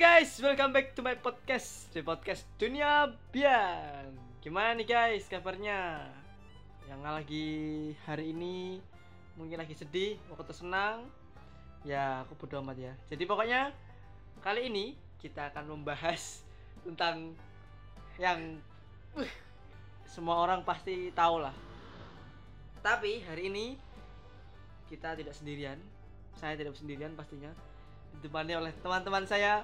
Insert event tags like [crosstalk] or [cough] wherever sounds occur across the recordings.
guys, welcome back to my podcast The podcast Dunia Bian Gimana nih guys kabarnya Yang lagi hari ini Mungkin lagi sedih, waktu senang Ya aku bodo amat ya Jadi pokoknya Kali ini kita akan membahas [laughs] Tentang Yang uh, Semua orang pasti tahu lah Tapi hari ini Kita tidak sendirian Saya tidak sendirian pastinya ditemani oleh teman-teman saya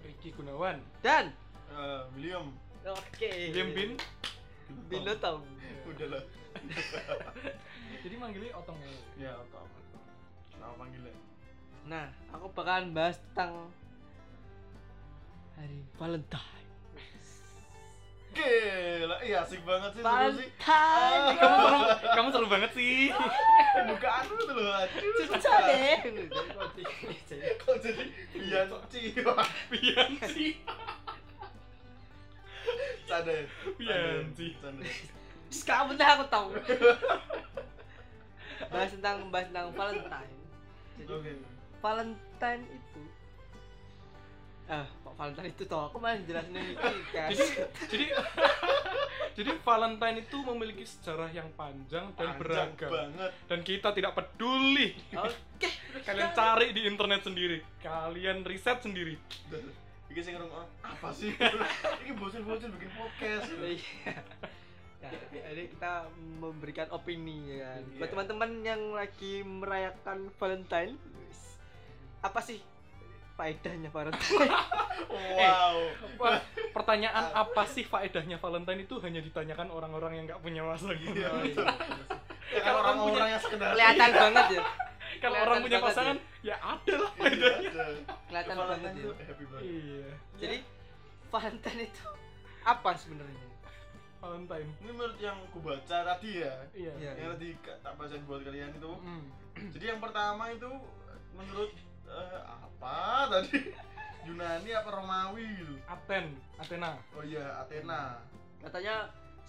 Ricky Gunawan, dan Eh, William, oke iya. William Bin. Bino Tom udah lah. Jadi manggilnya Otong ya. Ya, Tom. Nama panggilnya. nah aku bakalan bahas tentang hari Valentine Gila, iya asik banget sih seru sih. Valentine Kamu seru, Eh, kamu seru banget sih. Pembukaan lu tuh loh. aduh. cucu deh Kok jadi Bianci? Bianci. Canda. ya? Bianci. Canda. ya? Terus kamu tuh aku tahu bahas tentang bahas tentang Valentine Canda. Oke. Valentine itu ah kok Valentine itu toh aku malah jelasin ini kan [laughs] Jadi jadi jadi Valentine itu memiliki sejarah yang panjang dan Panjang beragam banget. dan kita tidak peduli. [laughs] oke Kalian cari di internet sendiri, kalian riset sendiri. Duh, Iki sing ngerung apa sih? Iki bocil-bocil bikin podcast. Iya. Ya, jadi kita memberikan opini ya kan. Buat Iya. teman-teman yang lagi merayakan Valentine, wis. apa sih faedahnya Valentine? Wow. Wah, Eh, Pertanyaan apa sih faedahnya Valentine itu hanya ditanyakan orang-orang yang nggak punya masa gitu. Iya, betul. Ya, kan Kalau orang-orang punya- yang sekedar [laughs] Kelihatan banget ya. Kalau Kelihatan orang punya banget pasangan, ya ada lah Iya, faedahnya. ada. Kelihatan banget Valentine ya. tuh Eh, happy banget. Iya. Jadi Valentine itu apa sebenarnya? Valentine. Ini menurut yang ku baca tadi ya, Iya. Iya. yang tadi ka- tak bacain buat kalian itu Mm. [clears throat] Jadi yang pertama itu menurut eh, apa tadi [laughs] Yunani apa Romawi gitu. Aten, Athena. Oh iya Athena. Katanya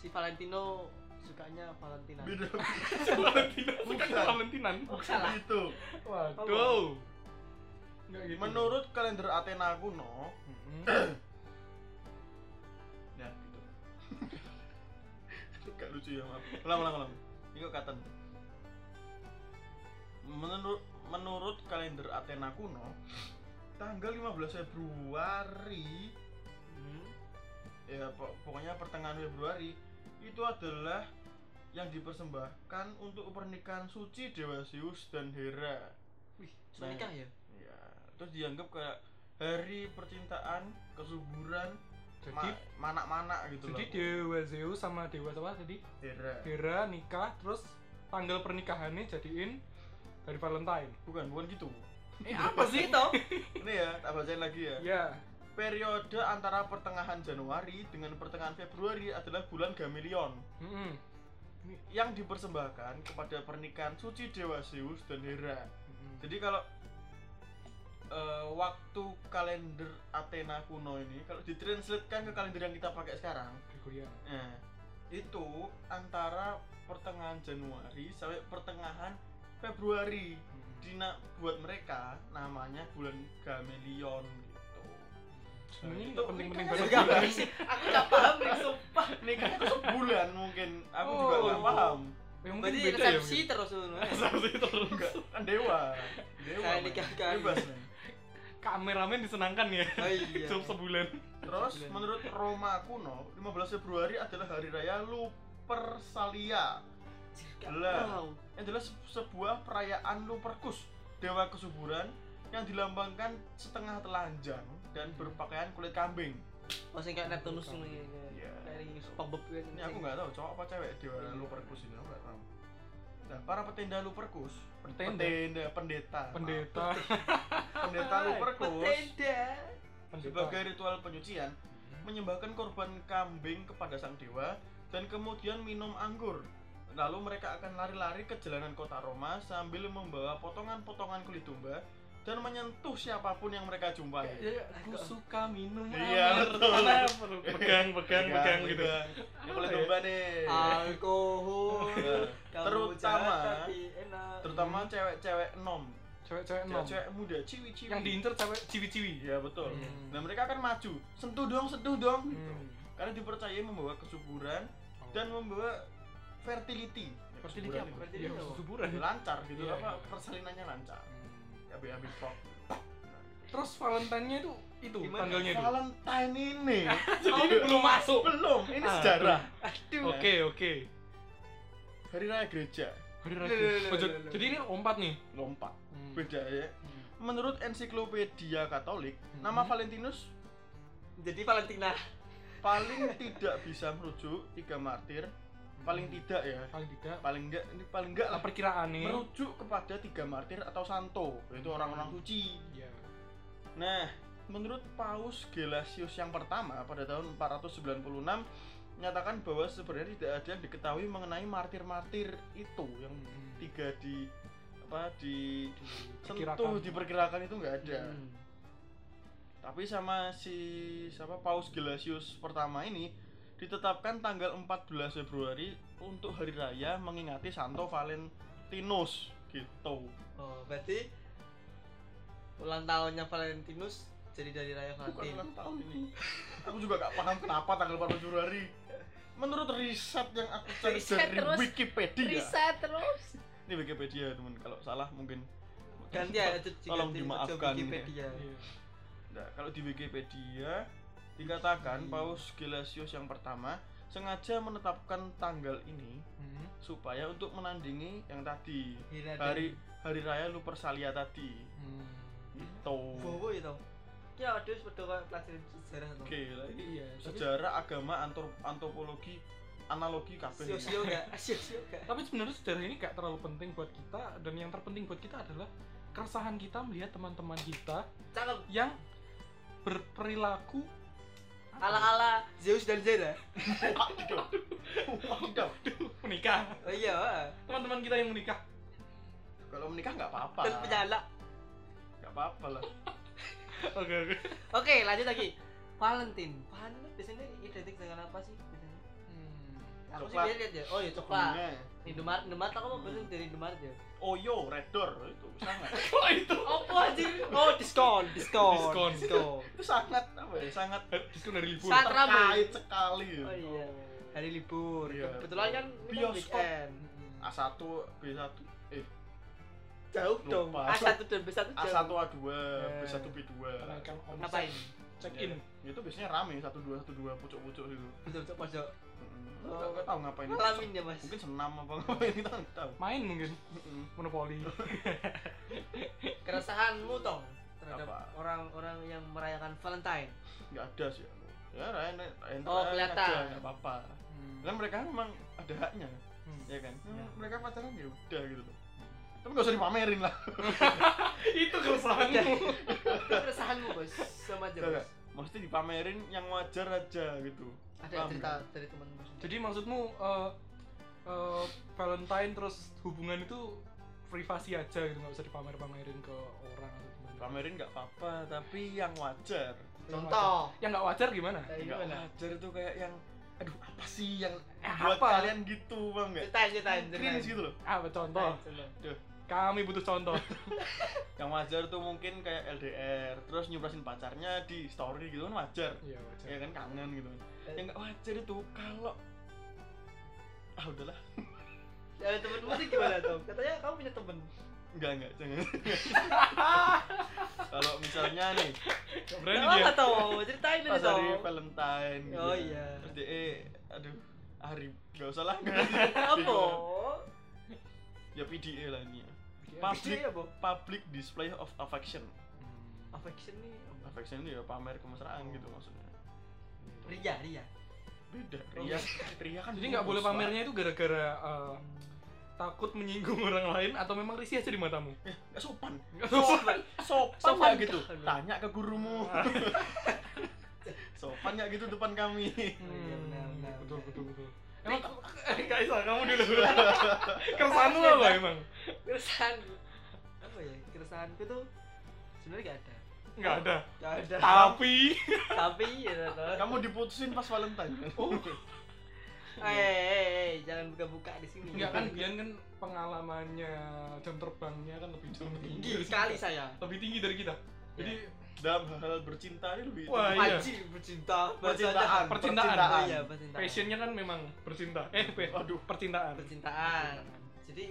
si Valentino sukanya Valentina. Beda Valentina, Bukan. bukan Valentinan. Salah. [laughs] itu. Waduh. Nggak gitu. Mm-hmm. Menurut kalender Athena kuno, Mm-mm. ya gitu. [laughs] Gak lucu ya maaf. Ulang ulang ulang. Ini kok katen. Menurut menurut kalender Athena kuno, tanggal 15 Februari Hmm. ya po- pokoknya pertengahan Februari itu adalah yang dipersembahkan untuk pernikahan suci Dewa Zeus dan Hera. Wih, menikah ya? Ya, terus dianggap kayak hari percintaan, kesuburan, Jadi ma- manak-manak gitu jadi loh. Dewa Zeus sama Dewa apa tadi? Hera. Hera nikah terus tanggal pernikahannya jadiin dari Valentine. Bukan, bukan gitu. Eh apa sih [laughs] toh? Ini ya, tak bacain lagi ya. Ya. Periode antara pertengahan Januari dengan pertengahan Februari adalah bulan Gamelion Mm-mm. yang dipersembahkan kepada pernikahan suci Dewa Zeus dan Hera. Mm-mm. Jadi kalau eh, waktu kalender Athena kuno ini kalau ditranslatekan ke kalender yang kita pakai sekarang, Gregorian. eh, itu antara pertengahan Januari sampai pertengahan Februari. Mm-mm. Dina buat mereka namanya bulan Gamelion gitu. Sebenarnya Itu nggak penting-penting Aku banget. gak paham sih. Aku gak paham nih, sumpah. Nikahnya itu kan sebulan mungkin. Aku juga Oh. nggak paham. Ya, mungkin Berarti beda ya, resepsi mungkin. terus sebenarnya. Resepsi terus. Enggak, kan dewa. Dewa. Saya men. nikahkan. Bebas. men. Kameramen disenangkan ya. Oh iya. Cukup sebulan. Terus Bulan. menurut Roma kuno, 15 Februari adalah hari raya Lupersalia. Gak Lah. tahu. Yang jelas sebuah perayaan Luperkus, dewa kesuburan yang dilambangkan setengah telanjang dan berpakaian kulit kambing. Oh, sing kayak Neptunus Bukan. ini. Iya. gitu. Dari Iya. SpongeBob kan. Ini aku nggak tahu cowok apa cewek dewa Luperkus ini aku nggak tahu. Nah, para petenda Luperkus, Petenda? petenda, pendeta, maaf. Pendeta. pendeta Luperkus Petenda. sebagai ritual penyucian Hmm. menyembahkan korban kambing kepada sang dewa dan kemudian minum anggur. Lalu mereka akan lari-lari ke jalanan kota Roma sambil membawa potongan-potongan kulit domba dan menyentuh siapapun yang mereka jumpai. Ya, aku suka minum Iya, air. betul. Karena perlu pegang pegang pegang gitu pegang. Ya, kulit domba nih. Ah. Alkohol. Ya. [laughs] Kamu Terutama- jahat tapi enak. Terutama cewek-cewek nom. Cewek-cewek Ya, nom. cewek muda ciwi-ciwi. Yang diincer cewek ciwi-ciwi. Iya betul. Hmm. Nah mereka akan maju, sentuh dong, sentuh dong. gitu. Hmm. Karena dipercaya membawa kesuburan Oh. dan membawa fertility. Ya, Fertility kesuburan apa? itu. Fertility Iya, apa? susuburan. Lancar gitu Iya, apa iya. persalinannya lancar. Hmm. Ya ambil pop. Terus Valentine-nya itu itu Gimana? tanggalnya itu. Valentine [laughs] ini. Oh, ini belum masuk. Belum, ini Ah. sejarah. Aduh. Oke, oke. Hari Raya Gereja, Hari Loh, Rabu. loh, loh, Oh, jad- loh, loh. Jadi ini ompat nih. lompat. Hmm. Beda ya. Hmm. Menurut ensiklopedia Katolik, Hmm. nama Valentinus Jadi Valentina. paling tidak bisa merujuk tiga martir, paling Hmm. tidak ya. paling tidak Paling enggak ini paling enggak lah lah perkiraan nih. merujuk kepada tiga martir atau santo, yaitu orang-orang suci. Iya. Nah, menurut Paus Gelasius yang pertama pada tahun 496 menyatakan bahwa sebenarnya tidak ada yang diketahui mengenai martir-martir itu yang tiga di apa di sentuh Perkirakan. diperkirakan itu nggak ada. Hmm. Tapi sama si siapa Paus Gelasius pertama ini ditetapkan tanggal 14 Februari untuk hari raya mengingati Santo Valentinus gitu. Oh, berarti ulang tahunnya Valentinus jadi dari Raya Bukan Valentin. ulang tahun ini. [laughs] Aku juga gak paham kenapa tanggal 14 Februari. Menurut riset yang aku cari Riset dari terus. Wikipedia. Riset terus. Ini Wikipedia, teman. Kalau salah mungkin Ganti ya, itu Tolong diganti dimaafkan, ke Wikipedia. Iya. Nah, kalau di Wikipedia dikatakan Paus Gelasius yang pertama sengaja menetapkan tanggal ini Hmm. supaya untuk menandingi yang tadi Hira dan hari hari raya Lupercalia tadi. Gitu. Hmm. Itu. Bowo ya, itu. Ki ada sepeda kayak pelajaran sejarah tuh. Oke, lagi Iya, tapi, sejarah agama antrop- antropologi analogi kabeh. Sio-sio enggak? Sio-sio enggak? tapi sebenarnya sejarah ini gak terlalu penting buat kita dan yang terpenting buat kita adalah keresahan kita melihat teman-teman kita Cakep. yang berperilaku apa? Ala-ala Zeus dan Zera. Wadidaw. Wadidaw. menikah Oh iya, wah. teman-teman kita yang menikah Kalau menikah nggak apa-apa. Dan penyala. Nggak apa-apa lah. [laughs] oke oke Oke, lanjut lagi. Valentine. Valentine tuh biasanya identik dengan apa sih? Biasanya. Aku sih Coklat. biasanya lihat ya. Oh iya, coklat. Bunga. Indomaret, Indomaret aku mau pesen dari Indomaret ya. Oyo, Oh, Red Door itu sangat. [laughs] kok itu Apa anjir? Oh, diskon, diskon. Diskon. diskon. itu sangat apa ya? Sangat diskon dari libur Saat ramai. terkait sekali. Oh iya. Hari libur. Iya. Kebetulan kan ini kan Bioskop. Ah, weekend. A1, B1, eh Jauh dong. Lupa. A1 Hmm. dan B1 jauh. A1, A2, Eh. B1, B2. Kenaikan omset. Ngapain? check in Iya. Ya, Itu biasanya rame 1 2 1 2 pucuk-pucuk gitu. Duduk pojok. Heeh. Oh. Enggak tahu ngapain. Ngalamin ya, Mas. Mungkin senam apa ngapain kita nggak tahu. main mungkin Heeh. [laughs] monopoli Keresahanmu tong terhadap Apa? orang-orang yang merayakan Valentine. Nggak ada sih aku. Ya, Ryan, Ryan, Oh, Ryan kelihatan. aja, nggak apa-apa. Hmm. Dan mereka kan memang ada haknya. Hmm. ya kan Ya. mereka pacaran ya udah gitu loh tapi gak usah dipamerin lah itu keresahanmu Keresahanmu, Bos. Sama aja, Enggak, Bos. maksudnya dipamerin yang wajar aja gitu Ada Paham, cerita dari temanmu. jadi maksudmu eh, eh, Valentine terus hubungan itu privasi aja gitu nggak usah dipamer-pamerin ke orang atau gimana pamerin nggak apa-apa tapi yang wajar Contoh. yang nggak wajar gimana Kayak nggak gimana? wajar tuh kayak yang aduh apa sih yang Eh, buat apa? kalian gitu bang nggak Ceritain, ceritain, ceritain. cringe gitu loh apa contoh Ceritain, ceritain. kami butuh contoh [laughs] yang wajar tuh mungkin kayak LDR terus nyuprasin pacarnya di story gitu kan wajar iya ya wajar kan kangen gitu yang nggak wajar itu kalau ah udahlah Dari temenmu Ya, sih gimana, Tom? Katanya kamu punya temen. nggak nggak [laughs] jangan kalau misalnya nih Nggak Gak berani dia apa, Tom. Ceritain pas aja, hari Tom. Valentine gitu. Oh iya. terus dia eh, aduh hari gak usah lah [laughs] [laughs] Apa? ya PDA lah ini Pasti Public. ya, Bo. public display of affection Hmm. Affection nih. apa? affection itu ya pamer kemesraan gitu maksudnya Ria, Ria. beda Ria Ria kan jadi nggak boleh tulus, pamernya itu gara-gara eh, takut menyinggung [laughs] orang lain atau memang risih aja di matamu Pak. nggak sopan Ah, Nggak tahu. Sopan. sopan, Sopan nggak gitu kan? tanya ke gurumu [laughs] sopan nggak gitu depan kami Iya, benar, benar, Hmm, betul benar. Iya. betul betul emang eh, Kak Isa, kamu [laughs] dulu keresahanmu Asli, apa Bang. emang Keresahan. Apa ya? Keresahanku tuh sebenarnya gak ada. nggak ada Gak ada. tapi Tapi ya, Tom. kan? [laughs] kamu diputusin pas Valentine Oh. eh, eh, eh, jangan buka-buka di sini. Enggak kan Bian kan pengalamannya jam terbangnya kan lebih jauh lebih tinggi dari kita. sekali saya. Lebih tinggi dari kita. Jadi dalam hal bercinta ini lebih Wah, iya. Aji bercinta, percintaan, bahasanya. percintaan. Oh, iya, percintaan. passionnya kan memang bercinta. Eh, pe- Waduh. percintaan. Iya. percintaan. Jadi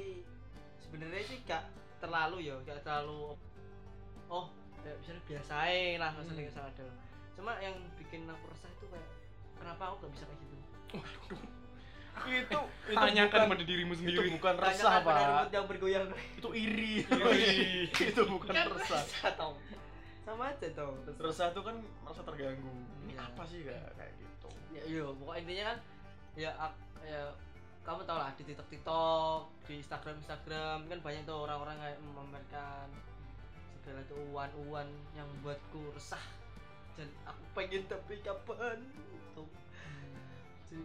sebenarnya sih gak terlalu ya, gak terlalu oh ya misalnya biasain lah maksudnya Hmm. nggak salah dong. Cuma yang bikin aku resah itu kayak kenapa aku gak bisa kayak gitu? [laughs] Itu itu Tanyakan bukan, pada dirimu itu Iya, sendiri. bukan resah, Tanyakan kan pada Pak. rambut yang bergoyang. Itu iri. Iri. [laughs] itu bukan [laughs] Kan resah. tau. Sama aja tau. Resah itu kan merasa terganggu. Ini Iya. apa sih kayak kayak gitu. ya iya pokoknya intinya kan ya ak- ya kamu tau lah di TikTok TikTok di Instagram Instagram kan banyak tuh orang-orang kayak memamerkan segala keuan-uan yang membuatku resah dan aku pengen tapi kapan Tuh. Hmm. jadi,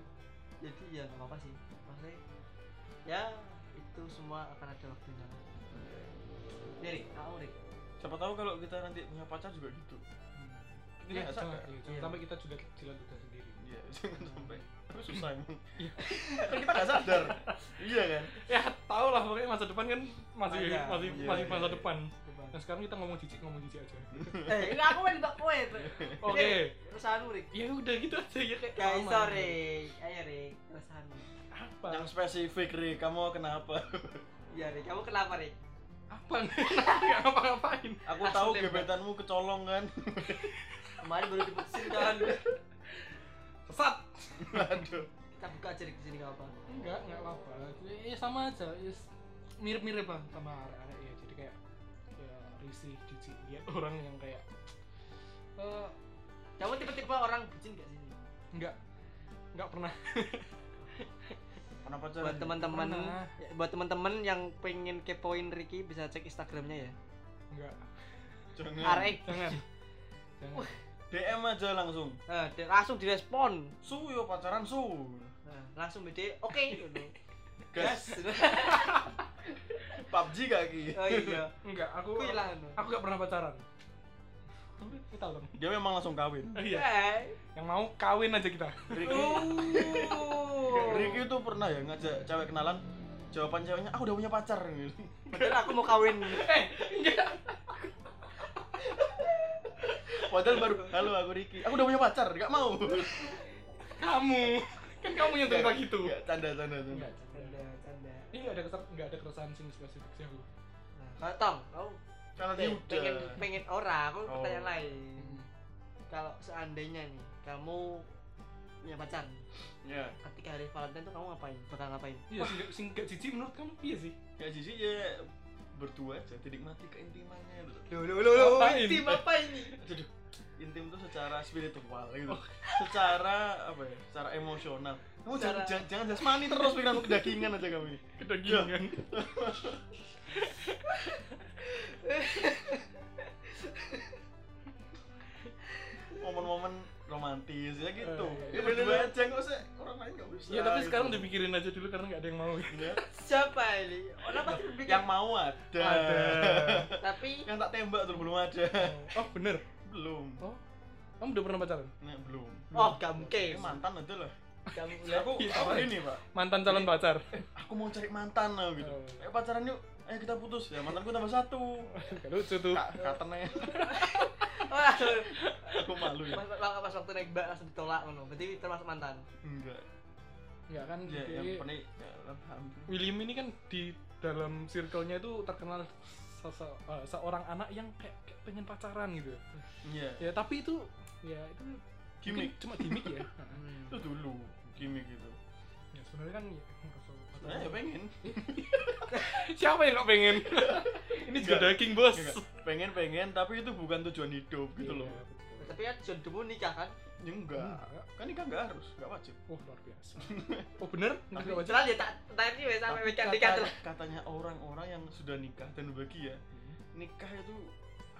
jadi ya nggak apa-apa sih maksudnya ya itu semua akan ada waktunya Rik, kamu Rik Siapa tahu kalau kita nanti punya pacar juga gitu. Kita Iya, nggak jangan, sadar. iya, jangan sampai kita juga jilat ludah sendiri. Iya, [laughs] jangan sampai. Tapi susah emang. Iya. [laughs] Kan kita nggak sadar. Iya kan? Ya, tau lah pokoknya masa depan kan masih Ada. masih Iya, masih iya, masa iya. depan. Coba. [laughs] Nah, sekarang kita ngomong jijik, ngomong jijik aja. eh ini aku main bak kue Oke. keresahan Rik Ya udah gitu aja ya kayak guys aman. sorry ayo Rik keresahan Apa? Yang spesifik, Ri. Kamu kenapa? [laughs] Iya Rik, kamu kenapa Rik? Apa [laughs] nih? Enggak ngapa-ngapain. Aku tahu Asli, Mbak. gebetanmu kecolong kan. [laughs] Kemarin baru diputusin kan. Sesat. Aduh. Kita buka aja Rik di sini nggak apa. Enggak, enggak apa-apa. Ya, ya sama aja. Ya, s- mirip-mirip lah sama anak-anak ya. Jadi kayak ya risih, jijik lihat orang yang kayak eh Kamu tipe-tipe orang bucin gak sih? Rik? enggak enggak pernah Kenapa pacar? Buat teman-teman, Pernah. ya, buat teman-teman yang pengen kepoin Ricky bisa cek Instagramnya ya. Ah, enggak Jangan. Arek, jangan jangan DM aja langsung. eh, di- langsung direspon, Su yo pacaran su. Nah, langsung BD, oke. gitu. Gas. Gas. PUBG gak Ki? oh iya, enggak aku aku aku hilang. enggak pernah pacaran Tapi kita dong Dia memang langsung kawin. Eh, iya Hey. yang mau kawin aja [laughs] kita Ricky, Oh. Uh. Ricky tuh pernah ya ngajak cewek kenalan. Jawaban ceweknya, aku udah punya pacar. Padahal aku mau kawin. Eh, Padahal baru, halo aku Ricky. Aku udah punya pacar, gak mau. kamu kan kamu yang cerita gitu Gak, canda, canda, canda. enggak Canda, canda. ini enggak ada kesan enggak ada keresahan sing spesifik sih aku Nah, kalau Tom, kamu Kalau pe- pengen udah. pengen orang, aku Oh. pertanyaan lain. Hmm. kalau seandainya nih kamu punya pacar Ya, ketika hari Valentine tuh kamu ngapain bakal ngapain iya sing enggak sing enggak jijik menurut kamu iya sih ya jijik ya berdua aja, dinikmati keintimannya gitu. lo lo lo lo, intim apa ini Aduh, intim tuh secara spiritual Oh. gitu. Secara apa ya? Secara emosional. Kamu Secara- jangan, jangan, jangan jasmani terus pikiranmu kedagingan aja kamu ini. kedagingan momen-momen romantis ya gitu. Eh, Ya iya. berdua aja nggak usah orang lain nggak usah. iya tapi gitu. sekarang dipikirin aja dulu karena enggak ada yang mau Ya, siapa ini orang pasti berpikir yang mau ada. [laughs] ada tapi Yang tak tembak tuh belum ada. oh bener Belum. oh kamu udah pernah pacaran Nah, belum. oh gak mungkin Ya, mantan aja lah. kamu Ya, aku Iya, aku apa? ini pak. mantan calon pacar Aku mau cari mantan lah gitu. Oh. Ayo pacaran yuk. Ayo kita putus ya mantanku tambah satu. Gak lucu tuh Kak, katanya Wah, aku malu ya. pas, pas, pas waktu naik bak langsung ditolak ngono berarti termasuk mantan Enggak. Enggak kan Ya, jadi yang penting ya, alhamdulillah. William ini kan di dalam circle-nya itu terkenal sese- eh, seorang anak yang kayak, kayak pengen pacaran gitu Iya. ya tapi itu ya itu mungkin Gimik cuma gimmick [laughs] ya itu dulu gimmick gitu. ya sebenarnya kan ya, nggak usah pacaran. Sebenarnya ya pengen. [laughs] siapa yang gak pengen [laughs] ini juga Enggak. daging bos Enggak. Iya kan? Pengen pengen tapi itu bukan tujuan hidup gitu loh. Iya, betul. tapi kan jodohmu nikah kan Ya, enggak. Enggak. kan nikah nggak harus nggak wajib Wah luar [laughs] biasa. Oh bener? Nikah nggak wajib? padahal ya tak tadi wes sampai Tapi weekend kata- nikah terus katanya orang-orang yang sudah nikah dan bahagia nikah itu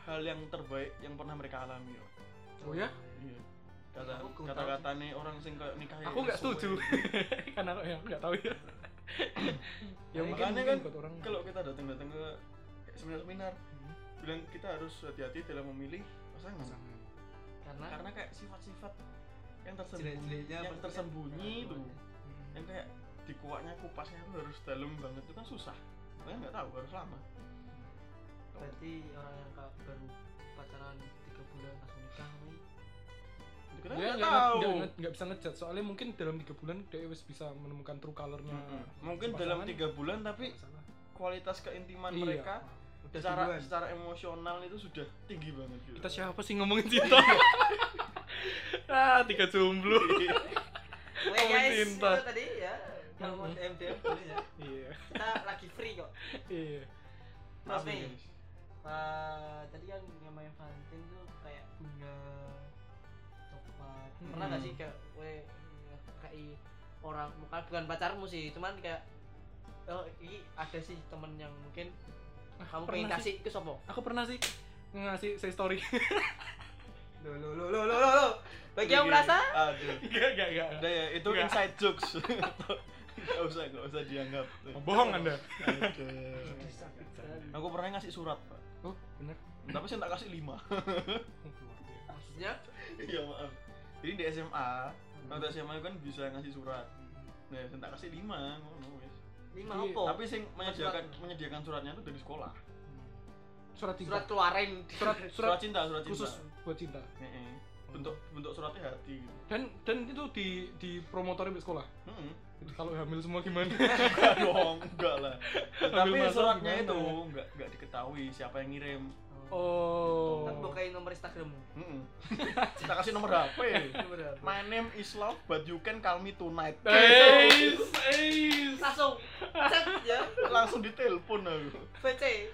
hal yang terbaik yang pernah mereka alami loh Oh ya? iya kata Aku kurang kata katanya orang sing kayak nikah Aku nggak setuju. [laughs] Karena aku ya, aku nggak tahu [laughs] ya. ya Makanya mungkin, kan buat orang. kalau kita datang datang ke seminar seminar Hmm, bilang kita harus hati-hati dalam memilih pasangan pasangan. karena karena kayak sifat-sifat yang tersembunyi jelek-jeleknya yang pasti kan- tersembunyi itu Nah, Hmm. yang kayak di kuaknya kupasnya tuh harus dalam banget itu kan susah makanya nggak tahu harus lama berarti orang yang ka- baru pacaran tiga bulan langsung nikah nih kita Dia Iya, nggak nggak tahu nggak- nggak- nggak bisa ngejat soalnya mungkin dalam tiga bulan dia wis bisa menemukan true colornya. Mm-mm. Hmm, mungkin dalam tiga bulan tapi kualitas keintiman Iya. mereka udah secara duluan. secara emosional itu sudah tinggi banget gitu [laughs] Kita siapa sih ngomongin cinta? ah tiga jomblo. Oke guys, cinta. itu tadi ya kalau mau DM DM boleh ya. Iya [laughs] Kita lagi free kok. iya. Mas Amin, nih, guys. eh, tadi kan yang main Valentine tuh kayak bunga, coklat. Pernah nggak Hmm. sih kayak we kayak orang bukan bukan pacarmu sih, cuman kayak oh ini ada sih temen yang mungkin kamu pengen pernah kasih ke sopo Aku pernah sih ngasih saya story. [laughs] lo lo lo lo lo lo bagi yang merasa aduh Enggak enggak enggak. udah ya itu Nggak. inside jokes [laughs] nggak usah nggak usah dianggap Bohong anda. Aduh. aku pernah ngasih surat pak Oh bener. tapi saya tak kasih lima maksudnya iya maaf jadi di SMA Hmm. waktu SMA kan bisa ngasih surat nah saya tak kasih lima ngono wis. lima Iya, opo tapi sing menyediakan menyediakan suratnya itu dari sekolah Surat cinta. surat keluarin Surat surat surat cinta surat cinta khusus buat cinta. Heeh. bentuk bentuk suratnya hati gitu. Dan dan itu di di promotorin di sekolah. Heeh. Jadi Kalau hamil semua gimana? Enggak dong oh, enggak lah tapi masuk suratnya gimana? ya? itu enggak enggak diketahui siapa yang ngirim [laughs] oh Oh. kan bukain nomor instagrammu Heeh. [laughs] kita kasih nomor HP Nomor apa? my name is love but you can call me tonight Eis, eis. langsung cek ya [laughs] langsung ditelepon aku PC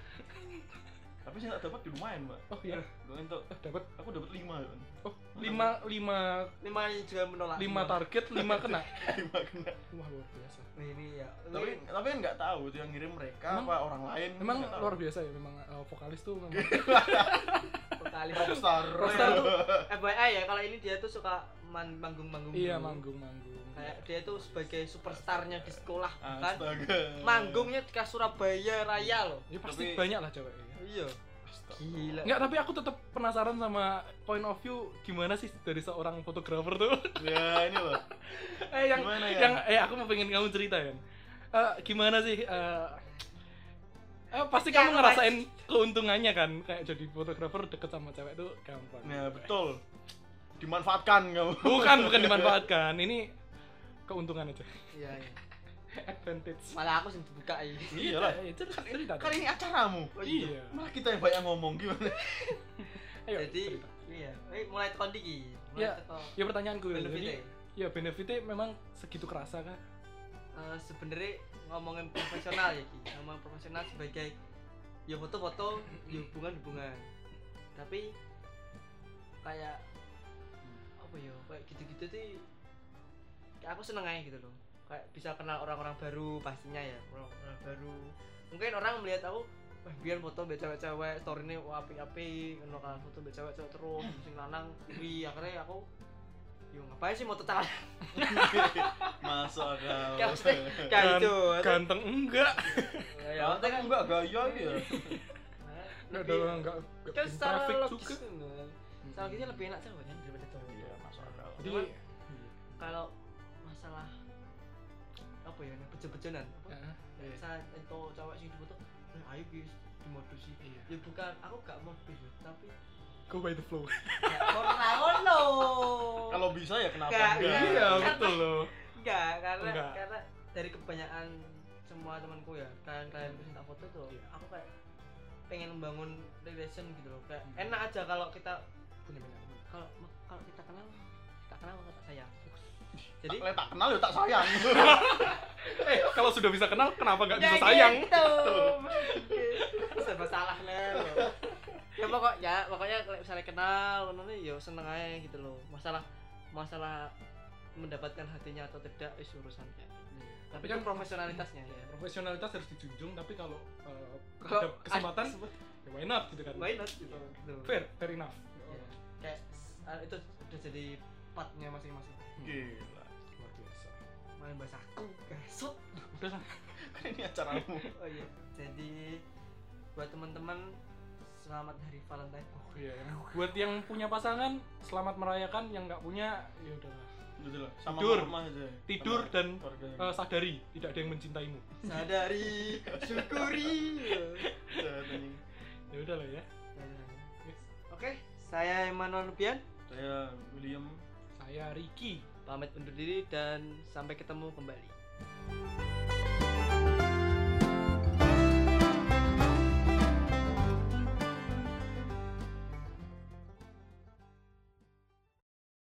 tapi saya tak dapat di lumayan mbak Oh iya, lumayan tuh dapat aku dapat lima kan Oh, lima lima lima yang juga menolak lima target lima kena. lima kena Wah luar biasa. ini ya tapi Ini- tapi kan nggak tahu itu yang ngirim mereka Emang- apa orang lain Memang nggak tahu. luar biasa ya memang eh, vokalis tuh memang. Vokali. rockstar Rockstar tuh. FYI ya kalau ini dia tuh suka man- manggung-manggung iya dulu. manggung manggung. kayak dia tuh sebagai superstarnya di sekolah Ah, kan astaga manggungnya di Surabaya Raya loh Ya pasti Tapi- banyak lah ceweknya. iya Astaga. gila Enggak, tapi aku tetap penasaran sama point of view gimana sih dari seorang fotografer tuh. [laughs] ya ini loh eh yang gimana ya yang eh aku mau pengen kamu ceritain. Eh gimana sih eh eh, pasti Ya, kamu apa? ngerasain keuntungannya kan kayak jadi fotografer deket sama cewek tuh gampang. nah betul dimanfaatkan kamu Bukan, bukan dimanfaatkan. Ini keuntungan aja. iya iya. [laughs] Advantage. malah aku sih dibuka ini iyalah Eh, cerita, cerita. kan ini acaramu Iya. malah kita yang banyak ngomong [laughs] gimana Ayo, jadi cerita. iya Eh, mulai tekan dikit mulai Ya. tekan ya pertanyaanku ya. Jadi, benefitnya ya benefitnya memang segitu kerasa kan? Eh, sebenarnya ngomongin profesional ya Ki ngomongin profesional sebagai ya foto-foto ya hubungan-hubungan tapi kayak apa ya kayak gitu-gitu sih kayak aku seneng aja gitu loh kayak bisa kenal orang-orang baru pastinya ya orang-orang baru mungkin orang melihat aku wah biar foto mbak cewek-cewek story ini wah api-api ngono kan foto mbak cewek-cewek terus Hmm. sing lanang wih akhirnya aku yo ngapain sih moto [laughs] tangan masuk akal Kayak maksudnya, kayak Kan- gitu Ganteng enggak? Ya, ya, ya maksudnya kan- enggak gaya ya Enggak dong, enggak. enggak Nah, kan bikin secara traffic logis juga. juga. secara Mm-mm. logisnya lebih enak cewek kan daripada cowok Iya, masuk akal. Jadi Cuman kalau masalah apa ya bejo-bejonan apa Heeh. misalnya itu cowok sih dibutuh eh, ayo guys di modus sih Iya. ya bukan aku gak modus ya, tapi Go by the flow. gak pernah ngono kalau bisa ya kenapa Nggak, enggak iya. betul loh. enggak karena Enggak. karena dari kebanyakan semua temanku ya kalian kalian pecinta foto tuh Iya. aku kayak pengen membangun relation gitu loh kayak Hmm. enak aja kalau kita Punya banyak. kalau kalau kita kenal tak kenal maka tak [laughs] sayang jadi jadi tak kenal ya tak [laughs] sayang Eh, kalau sudah bisa kenal, kenapa nggak Ya bisa sayang? [laughs] gitu. serba salah nih ya pokok ya pokoknya kalau misalnya kenal nanti ya seneng aja gitu loh masalah masalah mendapatkan hatinya atau tidak itu urusan kayak gitu. tapi kan profesionalitasnya ya iya, profesionalitas harus dijunjung, tapi kalau eh, Kalau ada kesempatan, ada kesempatan, ya why not gitu kan? why not gitu, gitu. Fair, fair enough. Oh, Ya. kayak s- ah, itu udah jadi partnya masing-masing gila Luar biasa. main bahasa aku gasut Udah lah. kan ini acaramu [laughs] oh iya jadi buat teman-teman selamat hari Valentine Oh, Iya. Buat yang punya pasangan, selamat merayakan. Yang nggak punya, ya udahlah. gitu loh. Sama Tidur. rumah aja. Tidur Sama dan keluarganya. [laughs] eh, sadari tidak ada yang mencintaimu. sadari syukuri Jahat anjing. Ya udah lah ya. oke saya Emmanuel Rubian Saya William Saya Ricky. pamit undur diri dan sampai ketemu kembali